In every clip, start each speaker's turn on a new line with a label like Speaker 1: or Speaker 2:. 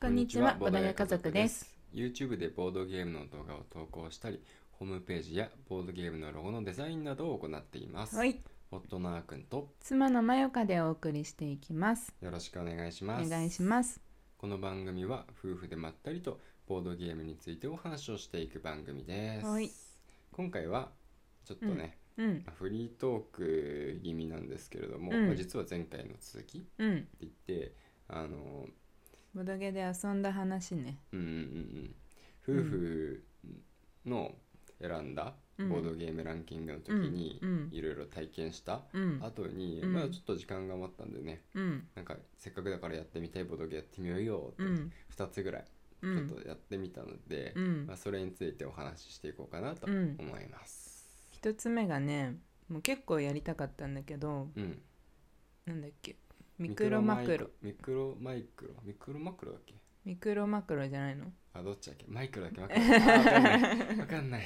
Speaker 1: こんにちは、ボダヤ家族です。。
Speaker 2: YouTube でボードゲームの動画を投稿したり、ホームページやボードゲームのロゴのデザインなどを行っています。
Speaker 1: はい、
Speaker 2: 夫のあーくんと
Speaker 1: 妻のまよかでお送りしていきます。
Speaker 2: よろしくお願いしま
Speaker 1: お
Speaker 2: す。
Speaker 1: 願いします。
Speaker 2: この番組は夫婦でまったりとボードゲームについてお話をしていく番組です。
Speaker 1: はい
Speaker 2: 今回はちょっとね、
Speaker 1: うん、
Speaker 2: フリートーク気味なんですけれども、
Speaker 1: うん
Speaker 2: まあ実は前回の続きって
Speaker 1: うん、
Speaker 2: 言って、あの
Speaker 1: ボドゲで遊んだ話ね。
Speaker 2: うんうんうん、夫婦の選んだ
Speaker 1: う
Speaker 2: ボ
Speaker 1: ん
Speaker 2: ードゲームランキングの時に
Speaker 1: うんうん
Speaker 2: いろいろ体験した
Speaker 1: うん、
Speaker 2: 後に、
Speaker 1: うん
Speaker 2: まだちょっと時間が余ったんでね
Speaker 1: うん、
Speaker 2: なんかせっかくだからやってみたいボードゲームやってみようよって
Speaker 1: うん、
Speaker 2: 2つぐらいち
Speaker 1: う
Speaker 2: ょっ
Speaker 1: ん、
Speaker 2: とやってみたので、
Speaker 1: うん
Speaker 2: まあ、それについてお話ししていこうかな
Speaker 1: う
Speaker 2: と
Speaker 1: ん
Speaker 2: 思います。
Speaker 1: 一つ目がね、もう結構やりたかったんだけど、
Speaker 2: うん、
Speaker 1: なんだっけ。ミクロマクロ、
Speaker 2: ミクロマイクロミクロマクロだっけ
Speaker 1: ミクロマクロじゃないの。
Speaker 2: あどっちだっけマイクロだっけわかんないあわか んないわかんない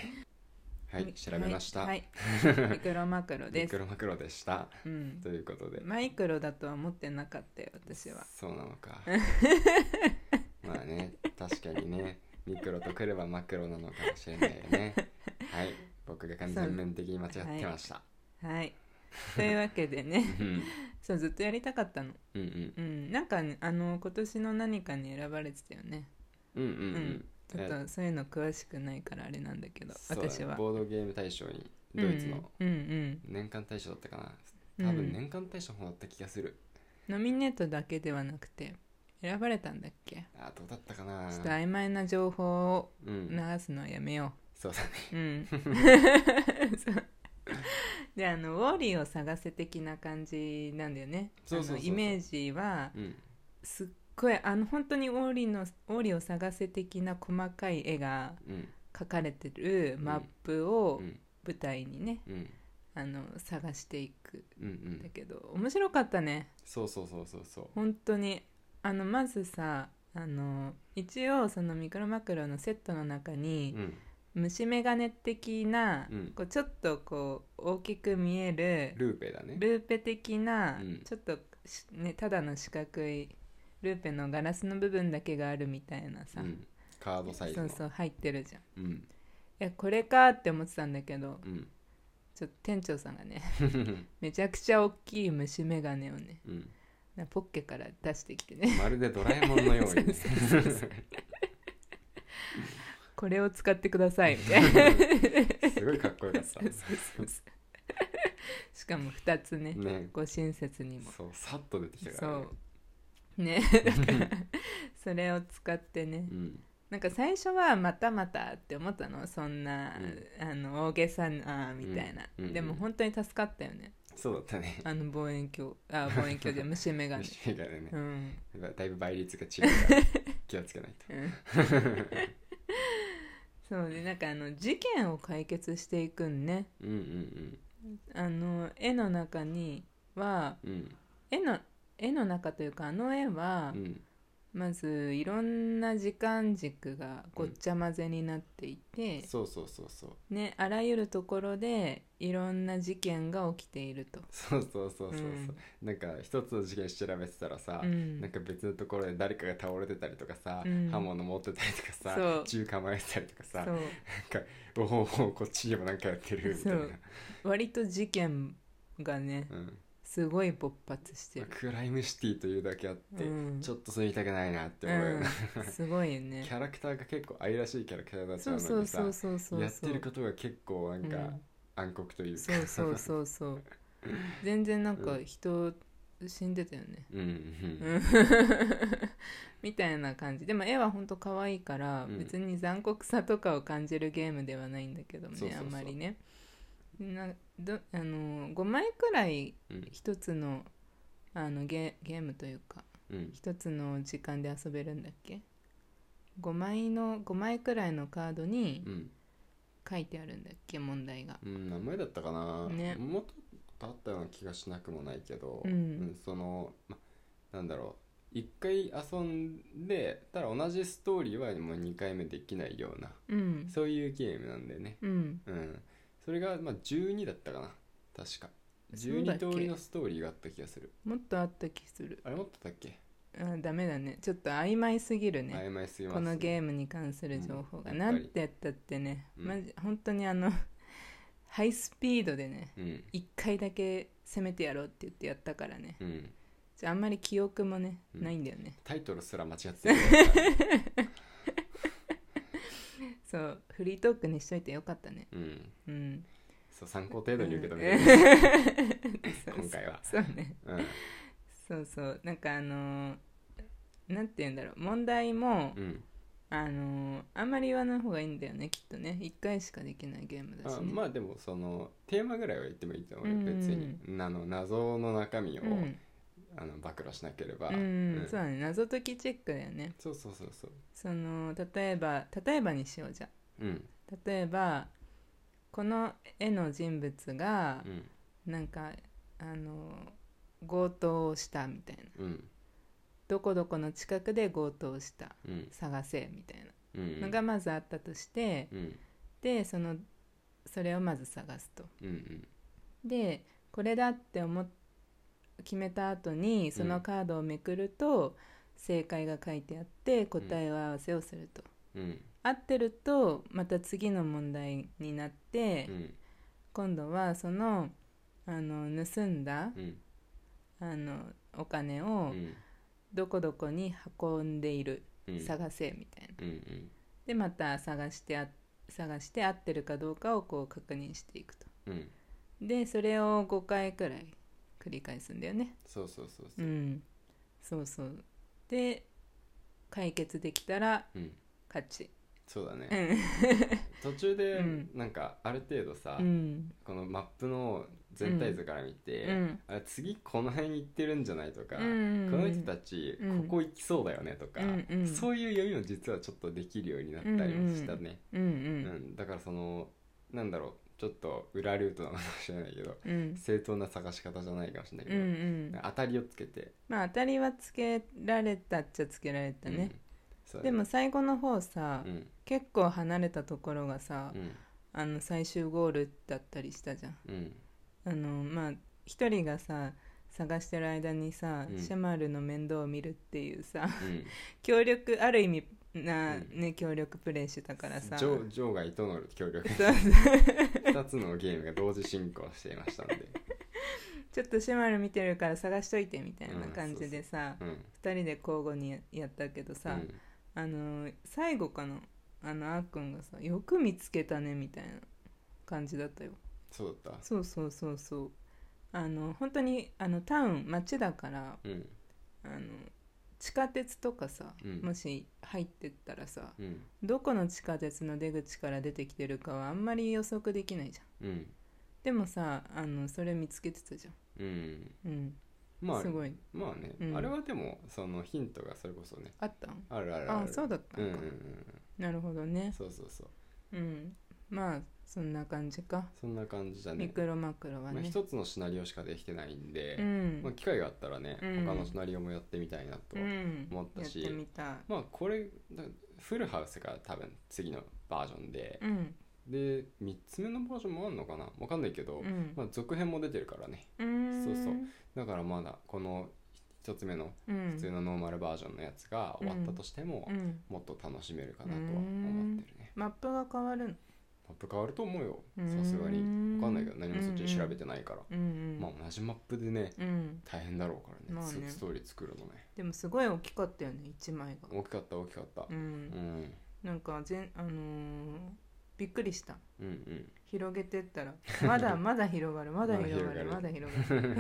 Speaker 2: はい
Speaker 1: み
Speaker 2: 調べました、
Speaker 1: はい、 はいミクロマクロ
Speaker 2: ミ
Speaker 1: で
Speaker 2: ク
Speaker 1: す。
Speaker 2: ロマクロでした
Speaker 1: うん、
Speaker 2: ということで
Speaker 1: マイクロだとは思ってなかったよ、私は。
Speaker 2: そうなの かまあね確かにねミクロとくればマクロなのかもしれないよねはい僕が完全面的に間違ってました、
Speaker 1: はい。というわけでね、
Speaker 2: うん
Speaker 1: そうずっとやりたかったの。
Speaker 2: うんうん
Speaker 1: うん、なんかね、あの今年の何かに選ばれてたよね
Speaker 2: うんうんうん
Speaker 1: ちょっとそういうの詳しくないからあれなんだけど
Speaker 2: そうだね
Speaker 1: 私は
Speaker 2: ボードゲーム大賞にドイツの
Speaker 1: うんうん
Speaker 2: 年間大賞だったかな
Speaker 1: うん、
Speaker 2: 多分年間大賞の方だった気がする、
Speaker 1: うんノミネートだけではなくて選ばれたんだっけ
Speaker 2: あどうだったかな
Speaker 1: ちょっと曖昧な情報を
Speaker 2: う
Speaker 1: 流
Speaker 2: ん
Speaker 1: すのはやめよ
Speaker 2: そうだね
Speaker 1: ううん そうであのウォーリーを探せ的な感じなんだよね
Speaker 2: そうそうそうそう
Speaker 1: あのイメージは
Speaker 2: うん
Speaker 1: すっごいあの本当にウォーリーのウォーリーを探せ的な細かい絵が
Speaker 2: うん
Speaker 1: 書かれてるマップを
Speaker 2: うん
Speaker 1: 舞台にね、
Speaker 2: うん
Speaker 1: あの探していく
Speaker 2: うんうん
Speaker 1: んだけど面白かったね
Speaker 2: そうそうそうそうそう
Speaker 1: 本当にあのまずさあの一応そのミクロマクロのセットの中に
Speaker 2: うん
Speaker 1: 虫眼鏡的な、
Speaker 2: うん
Speaker 1: こうちょっとこう大きく見える
Speaker 2: ルーペだね
Speaker 1: ルーペ的な、
Speaker 2: うん
Speaker 1: ちょっとし、ね、ただの四角いルーペのガラスの部分だけがあるみたいなさ、
Speaker 2: うん、カードサイズ
Speaker 1: そ
Speaker 2: の
Speaker 1: うそう入ってるじゃんい
Speaker 2: うん
Speaker 1: やこれかって思ってたんだけど
Speaker 2: うん
Speaker 1: ちょっと店長さんがね めちゃくちゃ大きい虫眼鏡をね
Speaker 2: うん
Speaker 1: なポッケから出してきてね
Speaker 2: まるでドラえもんのようにね
Speaker 1: これを使ってくださいみ たいな
Speaker 2: すごいかっこよかった
Speaker 1: しかも2つね
Speaker 2: ね
Speaker 1: ご親切に も
Speaker 2: そうさっと出てきたか
Speaker 1: そ
Speaker 2: らね
Speaker 1: うねだからそれを使ってね
Speaker 2: うん
Speaker 1: なんか最初はまたまたって思ったのそんな、あの大げさなみたいな、
Speaker 2: うんうん
Speaker 1: でも本当に助かったよね
Speaker 2: そうだったね
Speaker 1: あの望遠鏡あ望遠鏡で虫眼鏡
Speaker 2: 虫眼鏡ね
Speaker 1: うん
Speaker 2: だいぶ倍率が違うから気をつけないと
Speaker 1: うんそうねなんかあの事件を解決していくんね
Speaker 2: うんうん
Speaker 1: あの絵の中には
Speaker 2: うんうん
Speaker 1: 絵の絵の中というかあの絵は、
Speaker 2: うん
Speaker 1: まずいろんな時間軸がごっちゃ混ぜになっていて、
Speaker 2: そうそうそうそう
Speaker 1: ね、あらゆるところでいろんな事件が起きていると。
Speaker 2: そうそうそうそうそ
Speaker 1: う
Speaker 2: う
Speaker 1: ん
Speaker 2: なんか一つの事件調べてたらさ、
Speaker 1: うん
Speaker 2: なんか別のところで誰かが倒れてたりとかさ、
Speaker 1: うん
Speaker 2: 刃物持ってたりとか
Speaker 1: そ
Speaker 2: さ
Speaker 1: う
Speaker 2: 銃構えてたりとかさ
Speaker 1: そう
Speaker 2: おおこっちにもなんかやってるみたいな
Speaker 1: そう割と事件がね
Speaker 2: うん
Speaker 1: すごい勃発してる。
Speaker 2: クライムシティというだけあって、
Speaker 1: うん
Speaker 2: ちょっと住みたくないなって思うよね、
Speaker 1: うん、すごいよね
Speaker 2: キ。ャラクターが結構愛らしいキャラクターだった
Speaker 1: そ
Speaker 2: の
Speaker 1: う
Speaker 2: にさ
Speaker 1: そうそうそうそうそう。
Speaker 2: やってることが結構なんか
Speaker 1: うん
Speaker 2: 暗黒というか、
Speaker 1: そうそうそうそう全然なんか人死んでたよね、
Speaker 2: うんうん
Speaker 1: うんみたいな感じでも絵はほんと可愛いから、
Speaker 2: うん
Speaker 1: 別に残酷さとかを感じるゲームではないんだけどね
Speaker 2: そうそうそう
Speaker 1: あんまりねなどあの5枚くらい
Speaker 2: うん
Speaker 1: 一つのあのゲゲームというか
Speaker 2: うん
Speaker 1: 一つの時間で遊べるんだっけ5枚の5枚くらいのカードに
Speaker 2: うん
Speaker 1: 書いてあるんだっけ問題が
Speaker 2: うん名前だったかな、
Speaker 1: ね
Speaker 2: もっとあったような気がしなくもないけど、
Speaker 1: うん
Speaker 2: その、ま、なんだろう一回遊んでたら同じストーリーはもう2回目できないような
Speaker 1: うん
Speaker 2: そういうゲームなんだよね
Speaker 1: うん
Speaker 2: うん、それがまあ12だったかな確か
Speaker 1: そうだっけ
Speaker 2: 12通りのストーリーがあった気がする
Speaker 1: もっとあった気する
Speaker 2: あれ持ってたっけ
Speaker 1: うん、ダメだねちょっと曖昧すぎるね
Speaker 2: 曖昧すぎます
Speaker 1: このゲ
Speaker 2: ー
Speaker 1: ームに関する情報が、
Speaker 2: うん
Speaker 1: なんて言ったってね、
Speaker 2: うん
Speaker 1: マジ本当にあのハイスピードでね
Speaker 2: ム
Speaker 1: 1回だけ攻めてやろうって言ってやったからね
Speaker 2: うん、うん、
Speaker 1: じゃああんまり記憶もね、
Speaker 2: うん
Speaker 1: ないんだよね
Speaker 2: タイトルすら間違ってる から、
Speaker 1: そうフリートークにしといてよかったね
Speaker 2: うん、
Speaker 1: うん
Speaker 2: そう参考程度に受け止めてる、
Speaker 1: て
Speaker 2: 今回 は
Speaker 1: そうね
Speaker 2: うん
Speaker 1: そうそうなんかあのーなんて言うんだろう問題も、
Speaker 2: うん
Speaker 1: あのーあんまり言わない方がいいんだよねきっとね1回しかできないゲームだし
Speaker 2: あ
Speaker 1: ね
Speaker 2: まあでもそのテーマぐらいは言ってもいいと思うよ、
Speaker 1: うん
Speaker 2: 別にあの謎の中身を、
Speaker 1: うん、
Speaker 2: あの暴露しなければ、
Speaker 1: う
Speaker 2: うんん
Speaker 1: そうだね謎解きチェックだよね
Speaker 2: そうそうそうそう
Speaker 1: その例えば例えばにしようじゃ
Speaker 2: うん
Speaker 1: 例えばこの絵の人物が
Speaker 2: うん
Speaker 1: なんかあの強盗をしたみたいな
Speaker 2: うん
Speaker 1: どこどこの近くで強盗をした
Speaker 2: うん
Speaker 1: 探せみたい
Speaker 2: うん
Speaker 1: なのがまずあったとして
Speaker 2: うん
Speaker 1: でそのそれをまず探すと
Speaker 2: うんうん
Speaker 1: でこれだって思っ決めた後にそのカードをめくると正解が書いてあって答え合わせをすると
Speaker 2: うん
Speaker 1: 合ってるとまた次の問題になって、
Speaker 2: うん
Speaker 1: 今度はそのあの盗んだ
Speaker 2: うん
Speaker 1: あのお金
Speaker 2: う
Speaker 1: を
Speaker 2: ん
Speaker 1: どこどこに運んでいる、
Speaker 2: うん
Speaker 1: 探せみたいな
Speaker 2: うんうん
Speaker 1: でまた探してあ探して合ってるかどうかをこう確認していくと
Speaker 2: うん
Speaker 1: でそれを5回くらい繰り返すんだよね
Speaker 2: そうそうそう
Speaker 1: う
Speaker 2: そう、
Speaker 1: んそうそうで解決できたら
Speaker 2: うん、
Speaker 1: 勝ち
Speaker 2: そうだ
Speaker 1: う
Speaker 2: ね
Speaker 1: ん
Speaker 2: 途中で
Speaker 1: うん
Speaker 2: なんかある程度さ、
Speaker 1: うん
Speaker 2: このマップの全体図から見て、
Speaker 1: うん
Speaker 2: あれ次この辺行ってるんじゃないとか、
Speaker 1: うん
Speaker 2: この人たち
Speaker 1: うん
Speaker 2: ここ行きそうだよねとか、
Speaker 1: うんうん
Speaker 2: そういう読みも実はちょっとできるようになったりもしたね、
Speaker 1: うんう
Speaker 2: うん
Speaker 1: ん
Speaker 2: だからそのなんだろうちょっと裏ルートなのかもしれないけど
Speaker 1: うん
Speaker 2: 正当な探し方じゃないかもしれない
Speaker 1: うんう
Speaker 2: けど、
Speaker 1: ん
Speaker 2: 当たりをつけて、
Speaker 1: まあ当たりはつけられたっちゃつけられたね、
Speaker 2: そう
Speaker 1: で
Speaker 2: だね
Speaker 1: も最後の方さ、
Speaker 2: うん
Speaker 1: 結構離れたところがさ、
Speaker 2: うん
Speaker 1: あの最終ゴールだったりしたじゃん
Speaker 2: うん
Speaker 1: あのまあ一人がさ探してる間にさ、
Speaker 2: うん
Speaker 1: シャマルの面倒を見るっていうさ
Speaker 2: うん
Speaker 1: 協力ある意味な、
Speaker 2: うん
Speaker 1: ね協力プレイしてたからさ
Speaker 2: ジョジョーが糸の協力
Speaker 1: そうそう
Speaker 2: 2つのゲームが同時進行していましたので、
Speaker 1: ちょっとシャマル見てるから探しといてみたいな感じでさ、
Speaker 2: うん
Speaker 1: 二人で交互にややったけどさ、
Speaker 2: うん
Speaker 1: あの最後かなあのあーくんがさ「よく見つけたね」みたいな感じだったよ
Speaker 2: そうだっ
Speaker 1: そうそうそうそうあの本当にあのタウン町だから
Speaker 2: たうん
Speaker 1: あの地下鉄とかさ、
Speaker 2: うん
Speaker 1: もし入ってったらさ
Speaker 2: うん
Speaker 1: どこの地下鉄の出口から出てきてるかはあんまり予測できないじゃん
Speaker 2: うん
Speaker 1: でもさあのそれ見つけてたじゃん
Speaker 2: うん
Speaker 1: うん、
Speaker 2: まあ
Speaker 1: すごい
Speaker 2: まあね、
Speaker 1: うん
Speaker 2: あれはでもそのヒントがそれこそね
Speaker 1: あったん
Speaker 2: あるある
Speaker 1: ああ
Speaker 2: る
Speaker 1: そうだった
Speaker 2: うんうんん
Speaker 1: か、
Speaker 2: うん
Speaker 1: なるほど
Speaker 2: うん
Speaker 1: ね
Speaker 2: そうそうそう
Speaker 1: うんまあそんな感じか、
Speaker 2: そんな感じだね
Speaker 1: ミクロマクロは
Speaker 2: まあ、
Speaker 1: ね、
Speaker 2: 一つのシナリオしかできてないんで、
Speaker 1: うん
Speaker 2: まあ、機会があったらね、
Speaker 1: うん
Speaker 2: 他のシナリオもやってみたいなと、
Speaker 1: うん
Speaker 2: 思ったし
Speaker 1: やってみたい
Speaker 2: まあこれだフルハウスが多分次のバージョンで、
Speaker 1: うん
Speaker 2: で3つ目のバージョンもあるのかなわかんないけど、
Speaker 1: うん
Speaker 2: まあ、続編も出てるからね
Speaker 1: うーん
Speaker 2: そうそうだからまだこの1つ目の
Speaker 1: うん
Speaker 2: 普通のノーマルバージョンのやつが終わったとしても、
Speaker 1: うん
Speaker 2: もっと楽しめるかなとは思ってるね
Speaker 1: マップが変わるの
Speaker 2: マップ変わると思うよ
Speaker 1: うん
Speaker 2: さすがに分かんないけど何もそっちに調べてないから、
Speaker 1: うんうん、
Speaker 2: まあ同じマップでね
Speaker 1: うん、
Speaker 2: 大変だろうからね,つ、
Speaker 1: まあね
Speaker 2: ストーリー作るのね
Speaker 1: でもすごい大きかったよね一枚が
Speaker 2: 大きかった大きかった
Speaker 1: うん、
Speaker 2: うん
Speaker 1: なんか全あのーびっくりした
Speaker 2: うんうん
Speaker 1: 広げてったらま だまだ広がるまだ
Speaker 2: まだ
Speaker 1: 広がるまだ
Speaker 2: 広
Speaker 1: 広がる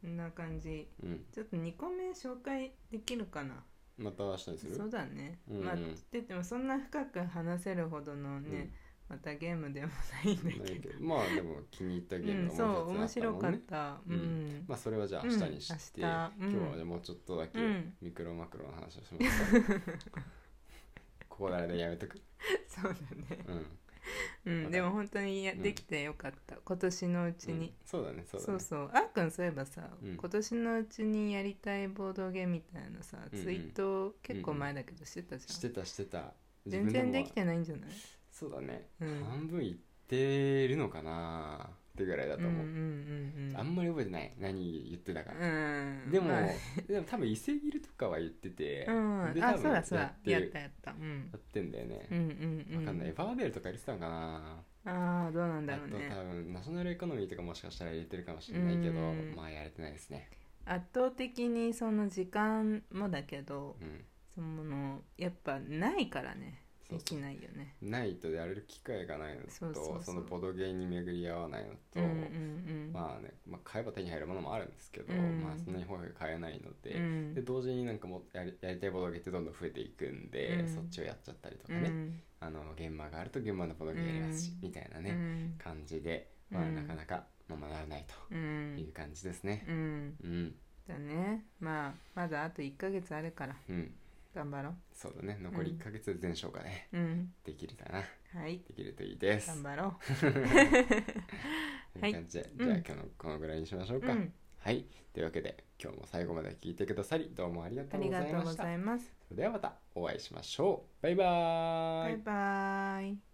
Speaker 1: こんな感じ
Speaker 2: うん
Speaker 1: ちょっと2個目紹介できるかな
Speaker 2: また明日にする
Speaker 1: そうだね、
Speaker 2: うんうん
Speaker 1: まあって言ってもそんな深く話せるほどのね、またゲームでもないんだ
Speaker 2: ない
Speaker 1: け
Speaker 2: け
Speaker 1: ど
Speaker 2: どまあでも気に入ったゲー
Speaker 1: う
Speaker 2: ム
Speaker 1: ん、そ
Speaker 2: が
Speaker 1: う
Speaker 2: もう
Speaker 1: 面
Speaker 2: 一つあった
Speaker 1: 白
Speaker 2: も
Speaker 1: か
Speaker 2: ん
Speaker 1: っ
Speaker 2: ね
Speaker 1: たう、
Speaker 2: うんまあそれはじゃあ明日にして、
Speaker 1: うん明
Speaker 2: 今
Speaker 1: 日うん
Speaker 2: 日はじゃあもうちょっとだけ
Speaker 1: うん
Speaker 2: ミクロマクロの話をしました、 ここらでやめとく
Speaker 1: そうだね、
Speaker 2: う
Speaker 1: う
Speaker 2: ん、ま
Speaker 1: ん、
Speaker 2: た
Speaker 1: でも本当にや
Speaker 2: うん
Speaker 1: できてよかった、今年のうち
Speaker 2: う
Speaker 1: に
Speaker 2: ん、そうだねそうだね
Speaker 1: そうそうあーくんそういえばさ、
Speaker 2: うん
Speaker 1: 今年のうちにやりたいボードゲームみたいなさ
Speaker 2: うんうん
Speaker 1: ツイート結構前だけどしてたじ
Speaker 2: し
Speaker 1: ゃ
Speaker 2: てたしてた
Speaker 1: ん、全然
Speaker 2: も
Speaker 1: できてないんじゃない
Speaker 2: そうだね、
Speaker 1: うん
Speaker 2: 半分いってるのかなってぐらいだと思う、
Speaker 1: うんうんうんうん
Speaker 2: あんまり覚えてない何言ってたか、
Speaker 1: うん
Speaker 2: でも、
Speaker 1: まあ
Speaker 2: でも多分伊勢切るとかは言ってて、
Speaker 1: うん
Speaker 2: で
Speaker 1: あ
Speaker 2: 多分
Speaker 1: そうだそう
Speaker 2: や
Speaker 1: だ
Speaker 2: って
Speaker 1: やっ
Speaker 2: る
Speaker 1: たやったうん
Speaker 2: やってんだよね、
Speaker 1: うんうんう
Speaker 2: わかんないエ
Speaker 1: ん
Speaker 2: ヴァーベルとか入れてたのかな、
Speaker 1: ああどうなんだ
Speaker 2: あ
Speaker 1: ろう
Speaker 2: と多
Speaker 1: ね
Speaker 2: 分ナショナルエコノミーとかもしかしたら入れてるかもしれないけど、
Speaker 1: うん
Speaker 2: まあやれてないですね
Speaker 1: 圧倒的にその時間もだけど
Speaker 2: うん
Speaker 1: そのやっぱないからね
Speaker 2: そう
Speaker 1: できないよね
Speaker 2: ないとやれる機会がないのと
Speaker 1: そうそうそう
Speaker 2: のボドゲーに巡り合わないの
Speaker 1: う
Speaker 2: と、
Speaker 1: んうんうん
Speaker 2: まあね、まあ、買えば手に入るものもあるんですけど、
Speaker 1: うん
Speaker 2: まあそんなに本が買えないので、
Speaker 1: うん
Speaker 2: で同時になんかもうやりやりたいボドゲってどんどん増えていくん
Speaker 1: う
Speaker 2: で、
Speaker 1: ん
Speaker 2: そっちをやっちゃったりとか
Speaker 1: う
Speaker 2: ね、
Speaker 1: ん
Speaker 2: あの現場があると現場のボドゲやりますし、
Speaker 1: うん
Speaker 2: みたいな
Speaker 1: う
Speaker 2: ね、
Speaker 1: ん
Speaker 2: 感じで、まあ、
Speaker 1: うん
Speaker 2: なかなかまあ学べない
Speaker 1: うん
Speaker 2: という感じですね。
Speaker 1: うん
Speaker 2: うん、
Speaker 1: だねまあまだあと1ヶ月あるから
Speaker 2: うん、
Speaker 1: 頑張ろ
Speaker 2: そうだね残り1ヶ月で全勝がね、
Speaker 1: ううん
Speaker 2: できるかな
Speaker 1: はい
Speaker 2: できるといいです。
Speaker 1: 頑張ろ
Speaker 2: という感じで、じゃ
Speaker 1: う
Speaker 2: あ
Speaker 1: ん
Speaker 2: 今日のこのぐらいにしましょう
Speaker 1: う、
Speaker 2: か。
Speaker 1: うん、
Speaker 2: はいというわけで今日も最後まで聞いてくださりどうもありが
Speaker 1: あ
Speaker 2: とう
Speaker 1: り
Speaker 2: ござ
Speaker 1: が
Speaker 2: い
Speaker 1: とう
Speaker 2: ま
Speaker 1: ご
Speaker 2: した。
Speaker 1: ざいます
Speaker 2: それではまたお会いしましょう。バイバー
Speaker 1: バ
Speaker 2: イ。
Speaker 1: イバイ